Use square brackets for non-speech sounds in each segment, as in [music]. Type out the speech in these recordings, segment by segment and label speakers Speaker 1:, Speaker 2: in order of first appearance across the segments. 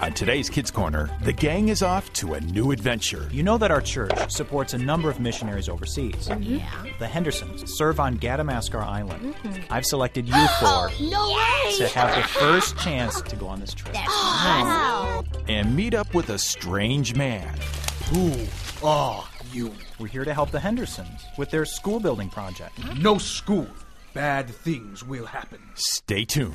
Speaker 1: On today's Kids Corner, the gang is off to a new adventure.
Speaker 2: You know that our church supports a number of missionaries overseas.
Speaker 3: Yeah.
Speaker 2: The Hendersons serve on Gadamaskar Island. I've selected you four
Speaker 3: No
Speaker 2: to
Speaker 3: way!
Speaker 2: have the first chance to go on this trip.
Speaker 3: Awesome.
Speaker 1: and meet up with a strange man.
Speaker 4: Who are you?
Speaker 2: We're here to help the Hendersons with their school building project.
Speaker 4: No school. Bad things will happen.
Speaker 1: Stay tuned.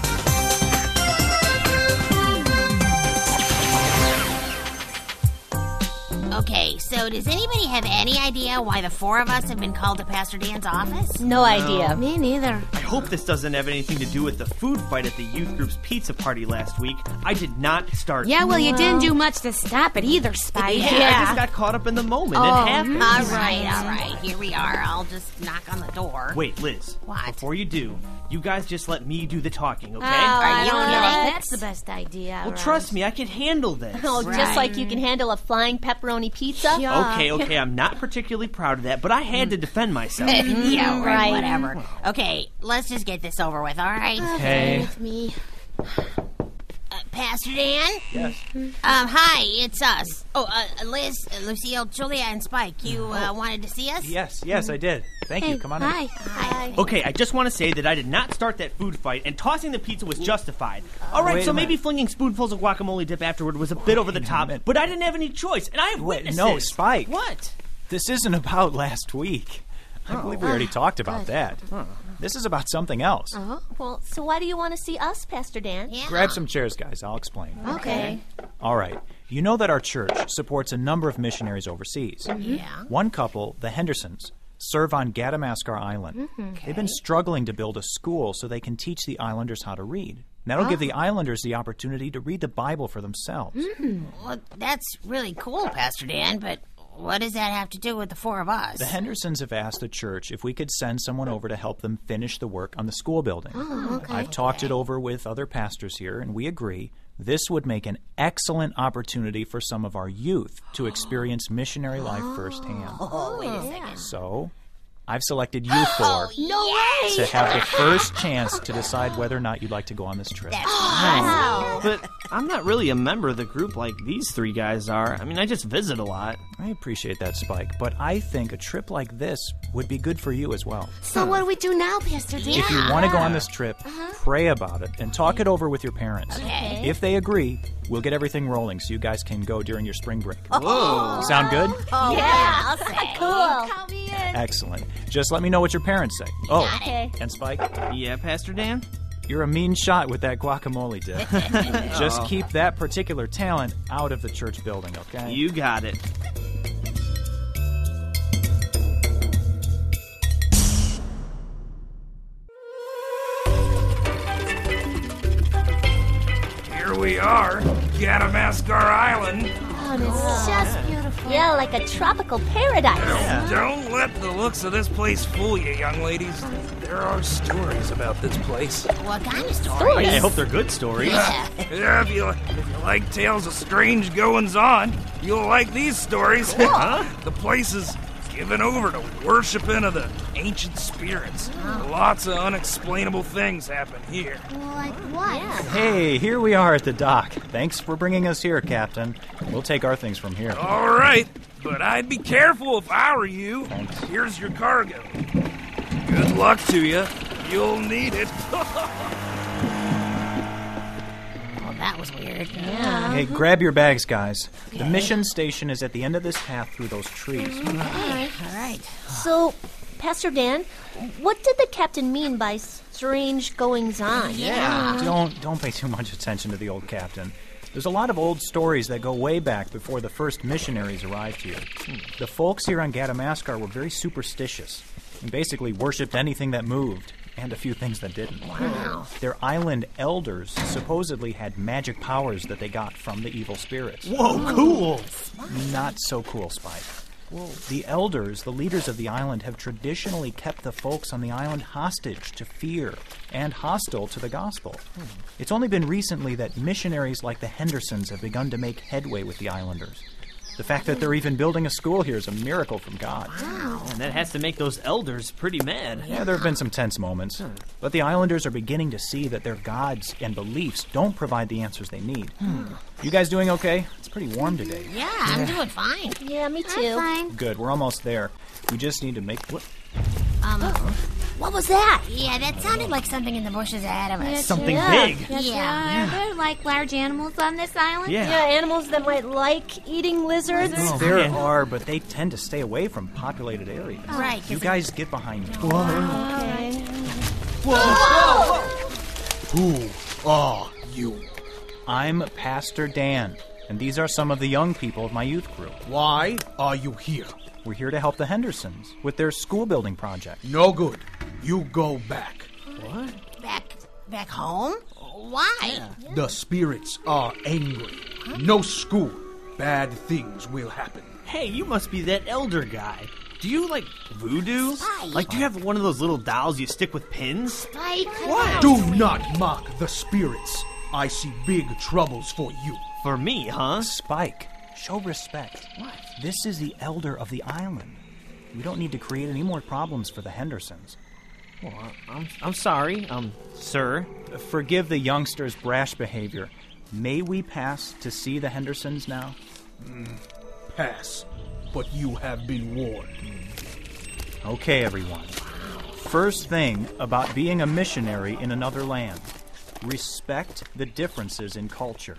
Speaker 3: Okay, so does anybody have any idea why the four of us have been called to Pastor Dan's office?
Speaker 5: No idea.
Speaker 3: Me neither.
Speaker 6: I hope this doesn't have anything to do with the food fight at the youth group's pizza party last week. I did not start.
Speaker 7: Yeah, well, you didn't do much to stop it either, Spike.
Speaker 6: Yeah, I just got caught up in the moment.
Speaker 7: Oh.
Speaker 6: It happened.
Speaker 3: All right, all right, here we are. I'll just knock on the door.
Speaker 6: Wait, Liz.
Speaker 3: What?
Speaker 6: Before you do, you guys just let me do the talking, okay?
Speaker 7: Oh, I
Speaker 3: you
Speaker 7: don't know.
Speaker 3: kidding?
Speaker 7: That's the best idea.
Speaker 6: well, trust me, I can
Speaker 3: [laughs]
Speaker 6: handle this.
Speaker 5: [laughs] Oh,
Speaker 3: Right.
Speaker 5: just like you can handle a flying pepperoni pizza.
Speaker 6: Okay, okay, I'm not particularly proud of that, but I had to defend myself.
Speaker 3: [laughs]
Speaker 2: Mm-hmm.
Speaker 3: yeah, right,
Speaker 5: Right.
Speaker 8: Mm-hmm.
Speaker 3: whatever. Okay, let's just get this over with, all right? Uh,
Speaker 6: Okay.
Speaker 7: Me.
Speaker 3: Pastor Dan?
Speaker 6: Yes.
Speaker 3: Um, hi, it's us. Oh, uh, Liz, uh, Lucille, Julia, and Spike, you uh, wanted to see us?
Speaker 2: Oh. Yes, yes, I did. Thank you. Come on in.
Speaker 7: Hi. Hi.
Speaker 6: Okay, I just want to say that I did not start that food fight, and tossing the pizza was justified. All right,
Speaker 2: Wait
Speaker 6: so
Speaker 2: a
Speaker 6: maybe
Speaker 2: minute.
Speaker 6: flinging spoonfuls of guacamole dip afterward was a bit over the top,
Speaker 2: minute.
Speaker 6: but I didn't have any choice, and I have
Speaker 2: Wait,
Speaker 6: witnesses.
Speaker 2: no, Spike.
Speaker 6: What?
Speaker 2: This isn't about last week. I believe we already talked about that. This is about something else.
Speaker 5: Oh, Well, so why do you want to see us, Pastor Dan?
Speaker 3: Yeah.
Speaker 2: Grab some chairs, guys. I'll explain.
Speaker 5: Okay.
Speaker 2: All right. You know that our church supports a number of missionaries overseas. Yeah. One couple, the Hendersons, serve on Gadamaskar Island. They've been struggling to build a school so they can teach the islanders how to read. That'll give the islanders the opportunity to read the Bible for themselves.
Speaker 3: Hmm. Well, that's really cool, Pastor Dan, but what does that have to do with the four of us?
Speaker 2: The Hendersons have asked the church if we could send someone over to help them finish the work on the school building.
Speaker 5: Oh,
Speaker 2: I've talked it over with other pastors here, and we agree this would make an excellent opportunity for some of our youth
Speaker 7: [gasps]
Speaker 2: to experience missionary life firsthand.
Speaker 3: oh, wait a second.
Speaker 2: So, I've selected you
Speaker 7: Oh,
Speaker 2: four
Speaker 3: No way!
Speaker 2: to have the first chance to decide whether or not you'd like to go on this trip.
Speaker 6: But I'm not really a member of the group like these three guys are. I mean, I just visit a lot.
Speaker 2: I appreciate that, Spike, but I think a trip like this would be good for you as well.
Speaker 7: So what do we do now, Pastor Dan?
Speaker 2: If you want to go on this trip, pray about it and talk it over with your parents.
Speaker 3: Okay.
Speaker 2: If they agree, we'll get everything rolling so you guys can go during your spring break. Whoa. Sound good?
Speaker 3: Oh, yeah,
Speaker 5: Cool.
Speaker 2: Excellent. Just let me know what your parents say. Oh,
Speaker 5: Okay.
Speaker 2: and Spike,
Speaker 6: Yeah, Pastor Dan?
Speaker 2: you're a mean shot with that guacamole dip.
Speaker 6: Oh.
Speaker 2: Just keep that particular talent out of the church building, okay?
Speaker 6: You got it.
Speaker 9: Here we are, Gadamaskar Island.
Speaker 5: Oh,
Speaker 7: It's just beautiful.
Speaker 5: Yeah, like a tropical paradise.
Speaker 9: Don't let the looks of this place fool you, young ladies. There are stories about this place.
Speaker 3: What kind of story?
Speaker 6: I hope they're good stories.
Speaker 9: Yeah, if, you, if you like tales of strange goings on, you'll like these stories. [laughs] the place is given over to worshiping of the ancient spirits. Lots of unexplainable things happen here.
Speaker 7: Like what?
Speaker 2: Hey, here we are at the dock. Thanks for bringing us here, Captain. We'll take our things from here.
Speaker 9: All right, but I'd be careful if I were you. Here's your cargo. Good luck to you. You'll need it. [laughs]
Speaker 5: Oh,
Speaker 3: Well, that was weird.
Speaker 2: Hey,
Speaker 3: Uh-huh.
Speaker 2: grab your bags, guys. The mission station is at the end of this path through those trees.
Speaker 3: Mm-hmm. All right.
Speaker 5: So, Pastor Dan, what did the captain mean by strange goings
Speaker 3: Ah,
Speaker 5: on?
Speaker 2: Don't don't pay too much attention to the old captain. There's a lot of old stories that go way back before the first missionaries arrived here. The folks here on Gadamaskar were very superstitious and basically worshipped anything that moved. and a few things that didn't. Wow. Their island elders supposedly had magic powers that they got from the evil spirits.
Speaker 6: Whoa, cool!
Speaker 2: Not so cool, Spike. The elders, the leaders of the island, have traditionally kept the folks on the island hostage to fear and hostile to the gospel. It's only been recently that missionaries like the Hendersons have begun to make headway with the islanders. The fact that they're even building a school here is a miracle from God.
Speaker 6: And that has to make those elders pretty mad.
Speaker 2: Yeah, there have been some tense moments, but the Islanders are beginning to see that their gods and beliefs don't provide the answers they need.
Speaker 5: Hmm.
Speaker 2: You guys doing okay? It's pretty warm today.
Speaker 3: Yeah, I'm doing fine.
Speaker 5: Yeah, me
Speaker 7: I'm
Speaker 5: too.
Speaker 7: fine.
Speaker 2: Good, we're almost there. We just need to make. What?
Speaker 7: Oh.
Speaker 5: What was that?
Speaker 3: Yeah, Um, that sounded like something in the bushes ahead of us.
Speaker 6: Something
Speaker 5: Yeah.
Speaker 6: big.
Speaker 7: Yes,
Speaker 3: Yeah.
Speaker 7: yeah. Are there like large animals on this island?
Speaker 6: Yeah. Oh,
Speaker 5: Yeah, animals that might like eating lizards.
Speaker 2: There
Speaker 6: man.
Speaker 2: are, but they tend to stay away from populated areas.
Speaker 3: Oh. Right,
Speaker 2: You
Speaker 3: 'cause
Speaker 2: guys get behind me.
Speaker 3: Oh.
Speaker 4: Who are you?
Speaker 2: I'm Pastor Dan, and these are some of the young people of my youth group.
Speaker 4: Why are you here?
Speaker 2: We're here to help the Hendersons with their school building project.
Speaker 4: No good. You go back.
Speaker 3: back back home? Why?
Speaker 4: The spirits are angry. No school. Bad things will happen.
Speaker 6: Hey, you must be that elder guy. Do you like voodoo? Like, do you have one of those little dolls you stick with pins?
Speaker 7: Like,
Speaker 4: Do not mock the spirits. I see big troubles for you.
Speaker 6: For me, huh?
Speaker 2: Spike, show respect. What? This is the elder of the island. We don't need to create any more problems for the Hendersons.
Speaker 6: I'm, I'm sorry, um, sir.
Speaker 2: Forgive the youngsters' brash behavior. May we pass to see the Hendersons now?
Speaker 4: Mm, Pass. But you have been warned.
Speaker 2: Okay, everyone. First thing about being a missionary in another land respect the differences in culture.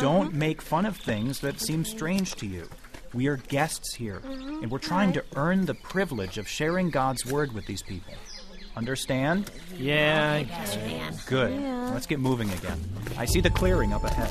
Speaker 2: Don't make fun of things that seem strange to you. We are guests here, and we're trying to earn the privilege of sharing God's word with these people. Understand?
Speaker 6: Yeah,
Speaker 3: Pastor Dan.
Speaker 2: Good. Let's get moving again. I see the clearing up ahead.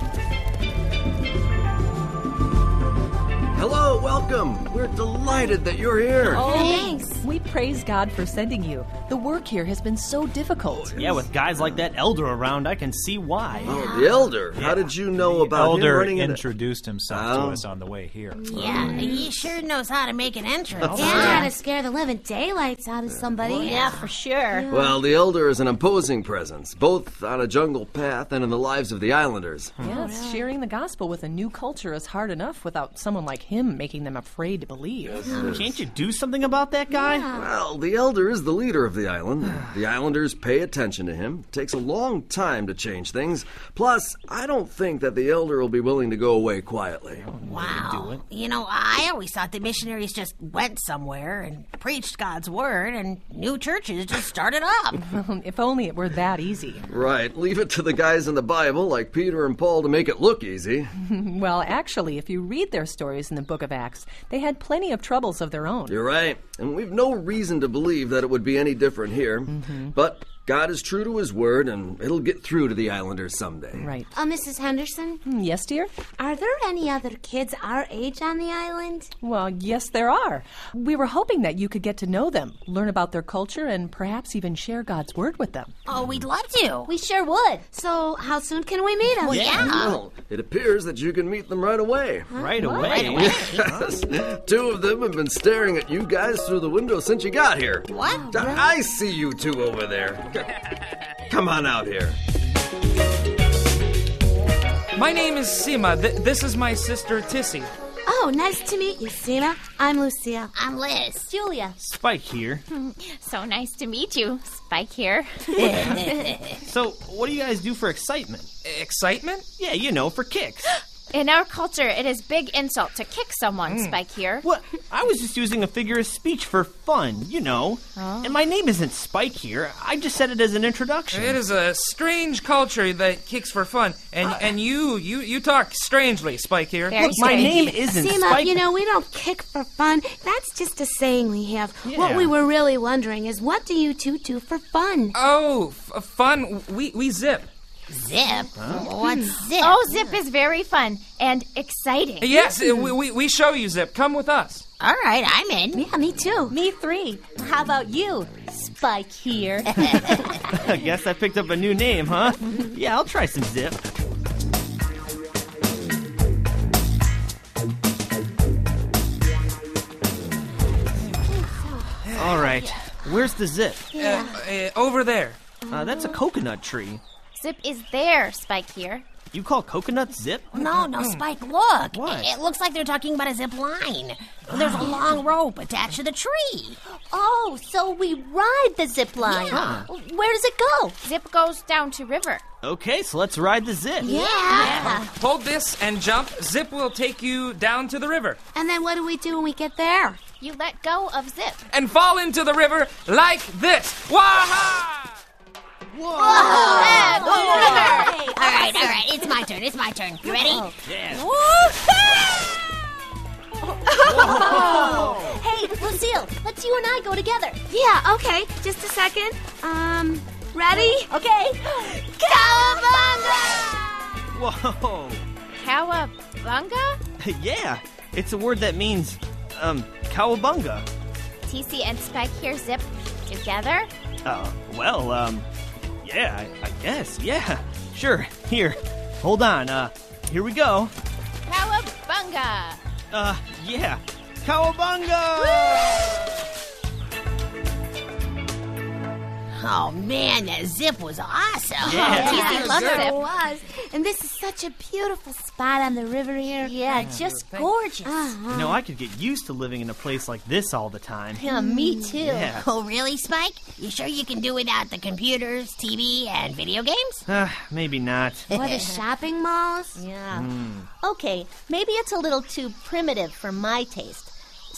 Speaker 10: Hello, welcome. We're delighted that you're here.
Speaker 7: Oh,
Speaker 11: Oh.
Speaker 7: thanks.
Speaker 11: We praise God for sending you. The work here has been so difficult.
Speaker 6: Oh, yeah, with guys like that elder around, I can see why.
Speaker 10: Oh, the elder. How did you know about him
Speaker 2: Elder
Speaker 10: running into-
Speaker 2: introduced himself
Speaker 10: Oh.
Speaker 2: to us on the way here.
Speaker 3: Yeah, he sure knows how to make an entrance.
Speaker 7: Yeah, how to scare the living daylights out of somebody.
Speaker 5: Yeah, for sure.
Speaker 10: Well, the elder is an imposing presence, both on a jungle path and in the lives of the islanders.
Speaker 7: Oh,
Speaker 11: Yes, sharing the gospel with a new culture is hard enough without someone like him making them afraid to believe.
Speaker 6: Can't you do something about that guy?
Speaker 10: Well, the elder is the leader of the island. The islanders pay attention to him. It takes a long time to change things. Plus, I don't think that the elder will be willing to go away quietly.
Speaker 6: Oh,
Speaker 3: Wow. You know, I always thought the missionaries just went somewhere and preached God's word, and new churches just started
Speaker 5: [laughs]
Speaker 3: up.
Speaker 11: if only it were that easy. [laughs]
Speaker 10: Right, leave it to the guys in the Bible, like Peter and Paul, to make it look easy.
Speaker 11: Well, actually, if you read their stories in the book of Acts, they had plenty of troubles of their own.
Speaker 10: You're right. And we've no reason to believe that it would be any different here.
Speaker 6: Mm-hmm.
Speaker 10: But God is true to his word, and it'll get through to the islanders someday.
Speaker 11: Right.
Speaker 7: Uh, Mrs. Henderson,
Speaker 6: Hmm,
Speaker 11: Mm, Yes, dear?
Speaker 7: are there any other kids our age on the island?
Speaker 11: Well, yes, there are. We were hoping that you could get to know them, learn about their culture, and perhaps even share God's word with them.
Speaker 3: Oh, we'd love to.
Speaker 7: We sure would. So, how soon can we meet them?
Speaker 10: Well, it appears that you can meet them right away.
Speaker 6: Right away.
Speaker 10: [laughs] Yes. two of them have been staring at you guys through the window since you got here.
Speaker 3: What?
Speaker 10: I I see you two over there. C- Come on out here.
Speaker 12: My name is Seema. Th- this is my sister Tissy.
Speaker 7: Oh, nice to meet you, Sina. I'm Lucia.
Speaker 3: I'm Liz.
Speaker 7: Julia.
Speaker 6: Spike here.
Speaker 7: [laughs] So nice to meet you. Spike here.
Speaker 6: So, what do you guys do for excitement?
Speaker 12: Excitement?
Speaker 6: Yeah, you know, for kicks.
Speaker 7: [laughs] In our culture, it is big insult to kick someone,
Speaker 12: Mm.
Speaker 7: Spike here.
Speaker 6: What? I was just using a figure of speech for fun, you know. And my name isn't Spike here. I just said it as an introduction. [laughs]
Speaker 12: It is a strange culture that kicks for fun, and and you you you talk strangely, Spike here.
Speaker 7: Uh. Very
Speaker 6: My
Speaker 7: strange.
Speaker 6: name isn't
Speaker 7: Seema,
Speaker 6: Spike.
Speaker 7: you know, we don't kick for fun. That's just a saying we have. What we were really wondering is what do you two do for fun?
Speaker 12: Oh, f- fun. We we zip.
Speaker 3: Zip. What's
Speaker 12: Hmm.
Speaker 3: zip?
Speaker 7: Oh, Zip is very fun and exciting.
Speaker 12: Yes, uh, we, we we show you zip. Come with us.
Speaker 3: All right, I'm in.
Speaker 7: Yeah, me too.
Speaker 5: Me three. How about you, Spike [laughs]
Speaker 3: [laughs]
Speaker 5: here.
Speaker 6: I guess I picked up a new name, huh? Yeah, I'll try some zip. All right, where's the zip?
Speaker 12: Uh, uh, over there.
Speaker 6: Uh, that's a coconut tree.
Speaker 13: Zip is there, Spike here.
Speaker 6: You call coconut zip?
Speaker 3: No, no, Spike, look.
Speaker 6: Hmm. What?
Speaker 3: It, it looks like they're talking about a zip line. There's a long rope attached to the tree.
Speaker 5: Oh, so we ride the zip line.
Speaker 6: Yeah.
Speaker 5: Where does it go?
Speaker 13: Zip goes down to river.
Speaker 6: Okay, so let's ride the zip.
Speaker 12: Hold this and jump. Zip will take you down to the river
Speaker 7: And then what do we do when we get there?
Speaker 13: You let go of Zip.
Speaker 12: and fall into the river like this. Waha!
Speaker 3: All
Speaker 13: Whoa.
Speaker 3: right, all right, it's my turn. It's my turn. You ready?
Speaker 6: Yeah.
Speaker 5: [laughs] Hey, Lucille, let's you and I go together.
Speaker 7: Yeah, okay. Just a second. Um, ready?
Speaker 5: [gasps] Okay.
Speaker 13: Cowabunga!
Speaker 6: Whoa. [laughs]
Speaker 13: Cowabunga?
Speaker 6: yeah, it's a word that means, um, cowabunga.
Speaker 13: TC and Spike here zip together?
Speaker 6: Uh, well, um, yeah, I, I guess, yeah. Sure, here. Hold on, uh, here we go.
Speaker 13: Cowabunga!
Speaker 6: Uh, yeah. Cowabunga!
Speaker 3: Oh man, that zip was awesome.
Speaker 6: Yeah.
Speaker 3: TC loved
Speaker 7: sure
Speaker 3: it.
Speaker 7: was. And this is such a beautiful spot on the river here.
Speaker 5: Yeah, just gorgeous.
Speaker 6: You know, I could get used to living in a place like this all the time.
Speaker 5: Yeah,
Speaker 6: Mm-hmm.
Speaker 5: me too.
Speaker 6: Yeah.
Speaker 3: Oh really, Spike? You sure you can do without the computers, TV, and video games?
Speaker 6: Uh,
Speaker 3: [laughs]
Speaker 6: maybe not. Hmm.
Speaker 7: Or the shopping malls.
Speaker 5: Yeah.
Speaker 6: Mm-hmm.
Speaker 5: Okay, maybe it's a little too primitive for my taste.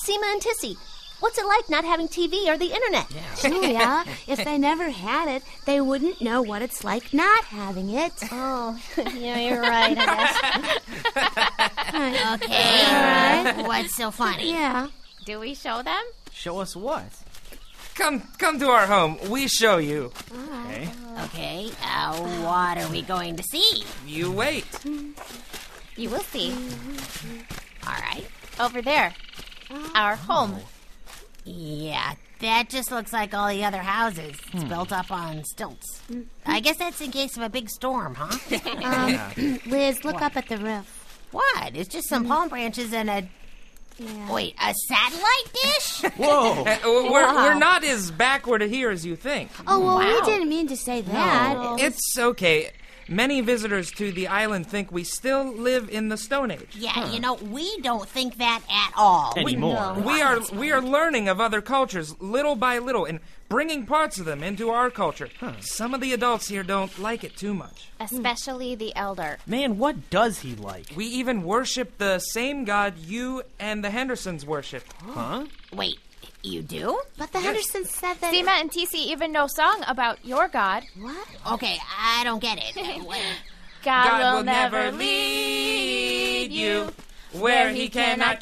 Speaker 5: Seema and Tissy, what's it like not having TV or the internet?
Speaker 12: [laughs]
Speaker 7: Julia, if they never had it, they
Speaker 3: [laughs]
Speaker 7: wouldn't know what it's like not having it.
Speaker 5: Oh, [laughs] yeah, you're right, I guess.
Speaker 7: [laughs]
Speaker 3: Okay. What's so funny?
Speaker 7: Yeah.
Speaker 13: Do we show them?
Speaker 6: Show us what?
Speaker 12: Come, come to our home. We show you. [laughs]
Speaker 6: Okay.
Speaker 3: [laughs] Okay. Uh, what are we going to see?
Speaker 12: You wait.
Speaker 13: You
Speaker 7: [laughs]
Speaker 13: will see.
Speaker 3: All right.
Speaker 13: Over there. Our home.
Speaker 3: Yeah, that just looks like all the other houses. It's built up on stilts. I guess that's in case of a big storm, [laughs] huh? Um,
Speaker 7: Liz, look up at the roof.
Speaker 3: what? It's just some palm branches and a
Speaker 7: Yeah.
Speaker 3: wait, a satellite dish?
Speaker 12: [laughs]
Speaker 7: [laughs]
Speaker 3: [laughs]
Speaker 6: Whoa!
Speaker 12: Uh, we're, we're not as backward here as you think.
Speaker 7: Oh, well, we didn't mean to say that.
Speaker 12: It's okay. Many visitors to the island think we still live in the Stone Age.
Speaker 3: yeah, you know we don't think that at all. We-
Speaker 6: Anymore.
Speaker 12: We are we are learning of other cultures little by little and bringing parts of them into our culture. Some of the adults here don't like it too much.
Speaker 13: Especially the elder.
Speaker 6: Man, what does he like?
Speaker 12: We even worship the same god you and the Hendersons worship.
Speaker 6: Huh?
Speaker 3: Wait, you do?
Speaker 7: But the Henderson said that.
Speaker 13: Seema and TC even know song about your god.
Speaker 7: What?
Speaker 3: Okay, I don't get it. Wait,
Speaker 13: [laughs] God,
Speaker 12: God will never lead you where he cannot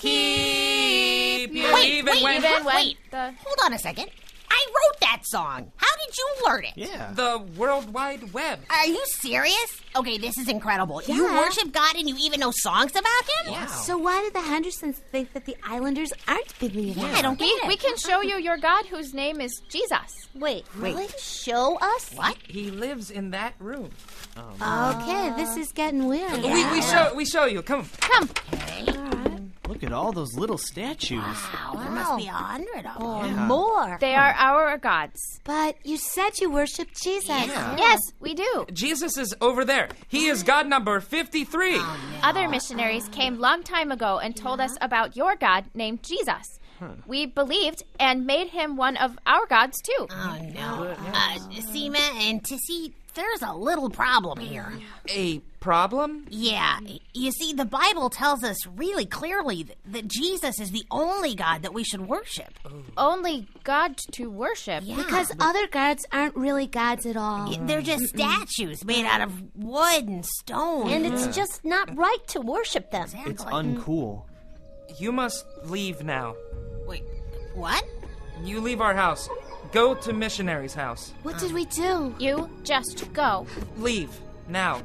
Speaker 12: keep you.
Speaker 3: Wait,
Speaker 12: even
Speaker 3: wait,
Speaker 12: when
Speaker 13: Even when
Speaker 3: Wait.
Speaker 13: the
Speaker 3: hold on a second. I wrote that song. How did you learn it?
Speaker 6: Yeah.
Speaker 12: the World Wide Web.
Speaker 3: Are you serious? Okay, this is incredible. You
Speaker 7: Yeah.
Speaker 3: worship God and you even know songs about Him? Wow.
Speaker 7: So why did the Hendersons think that the Islanders aren't believers?
Speaker 3: I don't get
Speaker 13: we,
Speaker 3: it.
Speaker 13: we can show you your god whose name is Jesus.
Speaker 5: Wait, really? Show us?
Speaker 3: what?
Speaker 12: He lives in that room.
Speaker 7: Okay, this is getting weird.
Speaker 12: [laughs] We, we show we show you. Come.
Speaker 13: Come.
Speaker 6: Look at all those little statues.
Speaker 3: Wow, Oh, there must be a hundred of them.
Speaker 6: Yeah.
Speaker 7: More.
Speaker 13: They are our gods.
Speaker 7: But you said you worship Jesus.
Speaker 13: Yes, we do.
Speaker 12: Jesus is over there. He is God number 53.
Speaker 13: Other missionaries came long time ago and told us about your god named Jesus. We believed and made him one of our gods too.
Speaker 3: Oh no. Uh, Seema and Tissy, there's a little problem here.
Speaker 12: A problem?
Speaker 3: Yeah, you see, the Bible tells us really clearly that, that Jesus is the only God that we should worship.
Speaker 13: Only God to worship.
Speaker 3: Yeah.
Speaker 7: Because other gods aren't really gods at all.
Speaker 3: They're just statues made out of wood and stone.
Speaker 5: And it's just not right to worship them.
Speaker 6: It's
Speaker 3: Mm.
Speaker 6: uncool.
Speaker 12: You must leave now.
Speaker 3: Wait, what?
Speaker 12: You leave our house. Go to missionary's house.
Speaker 7: What did we do?
Speaker 13: You just go.
Speaker 12: Leave now.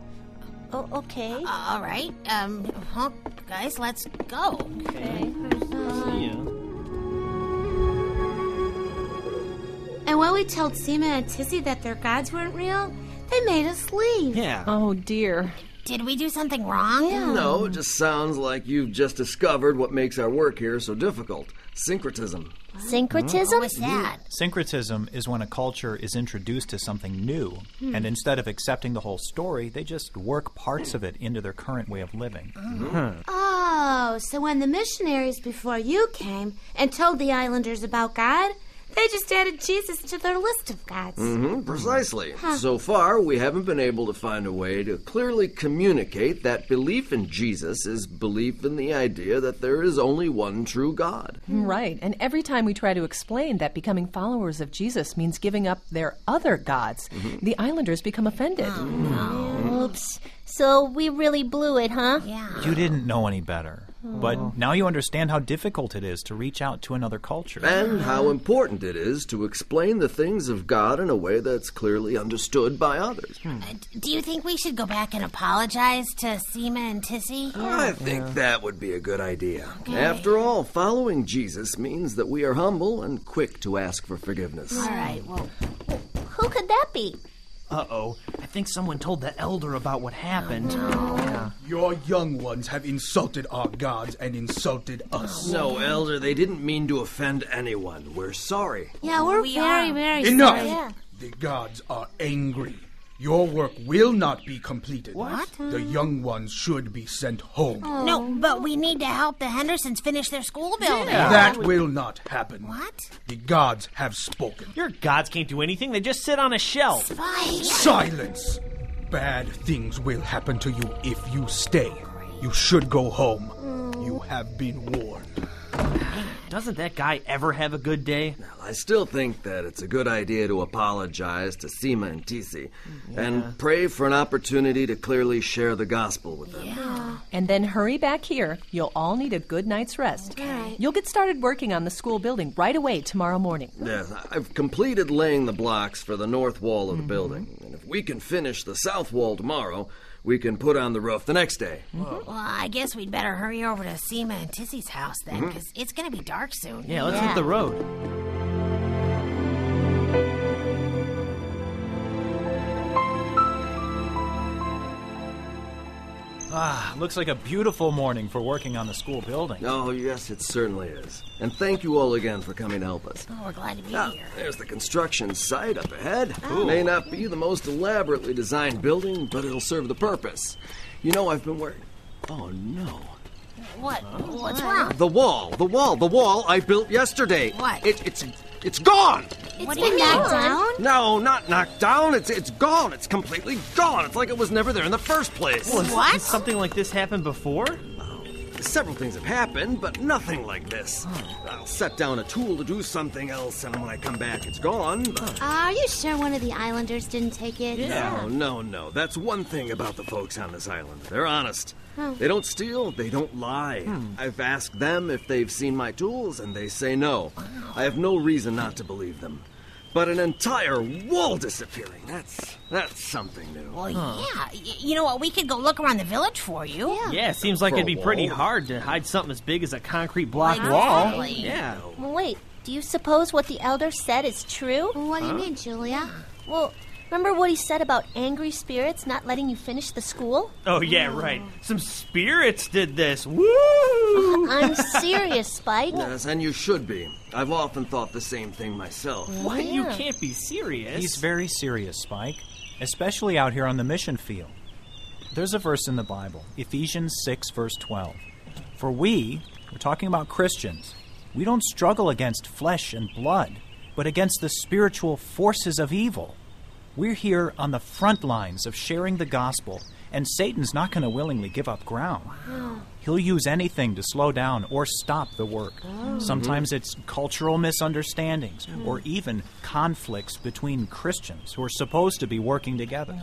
Speaker 5: Oh, okay.
Speaker 3: All right, um, huh, guys, let's go.
Speaker 6: Yeah.
Speaker 7: And And when we told Seema and Tissy that their gods weren't real, they made us leave.
Speaker 6: Yeah.
Speaker 11: Oh, dear.
Speaker 3: Did we do something wrong?
Speaker 10: No, it just sounds like you've just discovered what makes our work here so difficult syncretism.
Speaker 5: Syncretism?
Speaker 3: What's that?
Speaker 2: Syncretism is when a culture is introduced to something new,
Speaker 3: Hmm.
Speaker 2: and instead of accepting the whole story, they just work parts of it into their current way of living.
Speaker 10: Hmm.
Speaker 7: Oh, so when the missionaries before you came and told the islanders about God, they just added Jesus to their list of gods.
Speaker 10: hmm precisely.
Speaker 7: Huh.
Speaker 10: So far, we haven't been able to find a way to clearly communicate that belief in Jesus is belief in the idea that there is only one true God.
Speaker 11: Right. And every time we try to explain that becoming followers of Jesus means giving up their other gods, the islanders become offended.
Speaker 5: Oh, Oops. So we really blew it, huh?
Speaker 3: Yeah.
Speaker 2: You didn't know any better,
Speaker 5: Oh.
Speaker 10: Hmm.
Speaker 2: but now you understand how difficult it is to reach out to another culture.
Speaker 10: And how important it is to explain the things of God in a way that's clearly understood by others.
Speaker 7: Hmm.
Speaker 3: Do you think we should go back and apologize to Seema and Tissy?
Speaker 10: I think that would be a good idea. After all, following Jesus means that we are humble and quick to ask for forgiveness.
Speaker 5: All right, well. Who could that be?
Speaker 6: Uh oh. I think someone told the elder about what happened. Yeah.
Speaker 4: Your young ones have insulted our gods and insulted
Speaker 7: Oh.
Speaker 4: us.
Speaker 10: No, Elder, they didn't mean to offend anyone. We're sorry.
Speaker 7: Yeah, we're
Speaker 3: We
Speaker 7: very,
Speaker 3: are.
Speaker 7: very
Speaker 4: Enough!
Speaker 7: sorry. Yeah.
Speaker 4: The gods are angry. Your work will not be completed. What? The young ones should be sent home.
Speaker 3: No, but we need to help the Hendersons finish their school building.
Speaker 4: That will not happen.
Speaker 3: What?
Speaker 4: The gods have spoken.
Speaker 6: Your gods can't do anything, they just sit on a shelf.
Speaker 4: Silence! Bad things will happen to you if you stay. You should go home. You have been warned.
Speaker 6: Doesn't that guy ever have a good day?
Speaker 10: I still think that it's a good idea to apologize to Seema and Tisi
Speaker 2: Mm-hmm.
Speaker 10: and pray for an opportunity to clearly share the gospel with them.
Speaker 11: And then hurry back here. You'll all need a good night's rest. You'll get started working on the school building right away tomorrow morning.
Speaker 10: Yes, I've completed laying the blocks for the north wall
Speaker 2: Mm-hmm.
Speaker 10: of the building. And if we can finish the south wall tomorrow, we can put on the roof the next day.
Speaker 3: Well, I guess we'd better hurry over to Seema and Tissy's house then,
Speaker 10: Mhm.
Speaker 3: because it's going to be dark soon.
Speaker 6: Yeah, let's hit the road.
Speaker 2: Ah, looks like a beautiful morning for working on the school building.
Speaker 10: Oh, yes, it certainly is. And thank you all again for coming to help us.
Speaker 3: Oh, we're glad to be
Speaker 10: Ah,
Speaker 3: here.
Speaker 10: there's the construction site up ahead. May not be the most elaborately designed building, but it'll serve the purpose. You know, I've been working. Oh no!
Speaker 3: What? What's wrong?
Speaker 10: The wall, the wall, the wall I built yesterday.
Speaker 3: What?
Speaker 10: It, it's it's gone.
Speaker 3: It's
Speaker 7: been knocked down?
Speaker 6: Oh,
Speaker 10: No, not knocked down. It's it's gone. It's completely gone. It's like it was never there in the first place.
Speaker 6: Well, has- has something like this happened before?
Speaker 10: Several things have happened, but nothing like this. I'll set down a tool to do something else, and when I come back, it's gone.
Speaker 7: Are you sure one of the islanders didn't take it?
Speaker 10: No, no, no. That's one thing about the folks on this island. They're honest.
Speaker 7: Hmm.
Speaker 10: They don't steal, they don't lie. I've asked them if they've seen my tools, and they say no. I have no reason not to believe them. But an entire wall disappearing, that's that's something new.
Speaker 3: Well, Oh, yeah. Y- you know what? We could go look around the village for you.
Speaker 6: Yeah, it seems like
Speaker 10: For
Speaker 6: it'd
Speaker 10: a
Speaker 6: be pretty
Speaker 10: wall.
Speaker 6: hard to hide something as big as a concrete block wall.
Speaker 5: Exactly.
Speaker 6: Yeah.
Speaker 5: Wait, do you suppose what the elder said is true?
Speaker 7: What do you
Speaker 6: Huh?
Speaker 7: mean, Julia?
Speaker 5: Well, remember what he said about angry spirits not letting you finish the school?
Speaker 6: Oh yeah, right.
Speaker 10: [gasps]
Speaker 6: Some spirits did this. Woo!
Speaker 5: [laughs] I'm
Speaker 3: [laughs]
Speaker 5: serious, Spike.
Speaker 10: Yes, and you should be. I've often thought the same thing myself.
Speaker 6: What? You
Speaker 5: Yeah.
Speaker 6: can't be serious.
Speaker 2: He's very serious, Spike, especially out here on the mission field. There's a verse in the Bible, Ephesians 6, verse 12. For we, we're talking about Christians, we don't struggle against flesh and blood, but against the spiritual forces of evil. We're here on the front lines of sharing the gospel, and Satan's not going to willingly give up ground. He'll use anything to slow down or stop the work. Sometimes it's cultural misunderstandings or even conflicts between Christians who are supposed to be working together.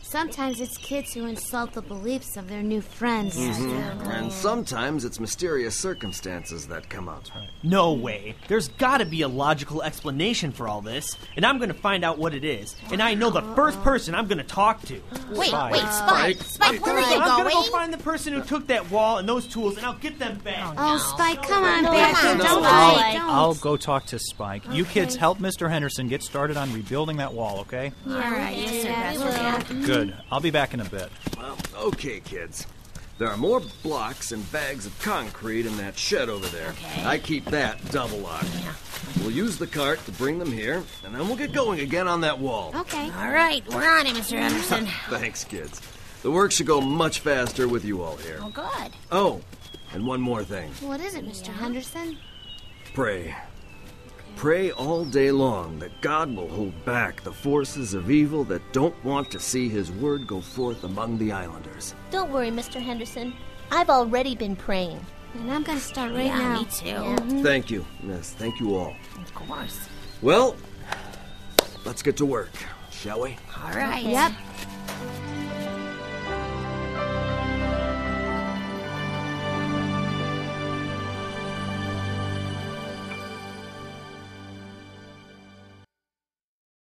Speaker 7: Sometimes it's kids who insult the beliefs of their new friends.
Speaker 10: Mhm. And sometimes it's mysterious circumstances that come up.
Speaker 6: No way. There's gotta be a logical explanation for all this, and I'm gonna find out what it is. And I know the first person I'm gonna talk to.
Speaker 3: Wait, wait, Spike, Spike, where are you
Speaker 6: I'm gonna go
Speaker 3: going?
Speaker 6: find the person who took that wall and those tools, and I'll get them back.
Speaker 7: Oh, Spike, come on,
Speaker 6: No,
Speaker 7: back
Speaker 6: no,
Speaker 7: here.
Speaker 6: no,
Speaker 7: Don't
Speaker 6: no.
Speaker 7: fight.
Speaker 2: I'll,
Speaker 7: Don't.
Speaker 2: I'll go talk to Spike. You
Speaker 7: Okay.
Speaker 2: kids help Mr. Henderson get started on rebuilding that wall, okay?
Speaker 7: Yeah, we
Speaker 3: right,
Speaker 7: can
Speaker 3: yes,
Speaker 7: do
Speaker 3: sir, that's
Speaker 7: that. We
Speaker 3: right.
Speaker 2: Good.
Speaker 7: will.
Speaker 2: I'll be back in a bit.
Speaker 10: Well, okay, kids. There are more blocks and bags of concrete in that shed over there. I keep that double locked. We'll use the cart to bring them here, and then we'll get going again on that wall.
Speaker 7: Okay.
Speaker 3: All right, we're on it, Mr. Anderson.
Speaker 10: [laughs] Thanks, kids. The work should go much faster with you all here.
Speaker 7: Oh, good.
Speaker 10: Oh, and one more thing.
Speaker 7: What is it, Mr. Henderson?
Speaker 10: Pray. Pray all day long that God will hold back the forces of evil that don't want to see his word go forth among the islanders.
Speaker 5: Don't worry, Mr. Henderson. I've already been praying.
Speaker 7: And I'm going to start right
Speaker 5: Yeah,
Speaker 7: now.
Speaker 5: me
Speaker 7: too.
Speaker 10: Thank you. Yes, thank you all.
Speaker 3: Of course.
Speaker 10: Well, let's get to work, shall we?
Speaker 3: All right.
Speaker 7: Yep.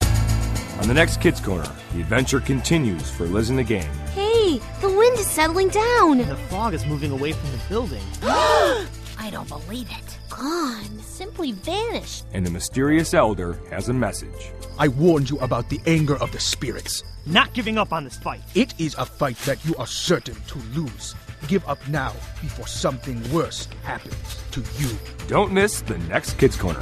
Speaker 14: On the next Kids Corner, the adventure continues for Liz and the gang.
Speaker 7: Hey, the wind is settling down.
Speaker 6: The fog is moving away from the
Speaker 7: [gasps]
Speaker 6: building. [gasps]
Speaker 3: I don't believe it.
Speaker 5: Gone. Simply vanished.
Speaker 14: and the mysterious elder has a message.
Speaker 4: I warned you about the anger of the spirits.
Speaker 6: Not giving up on this fight.
Speaker 4: It is a fight that you are certain to lose. Give up now before something worse happens to you.
Speaker 14: Don't miss the next Kids Corner.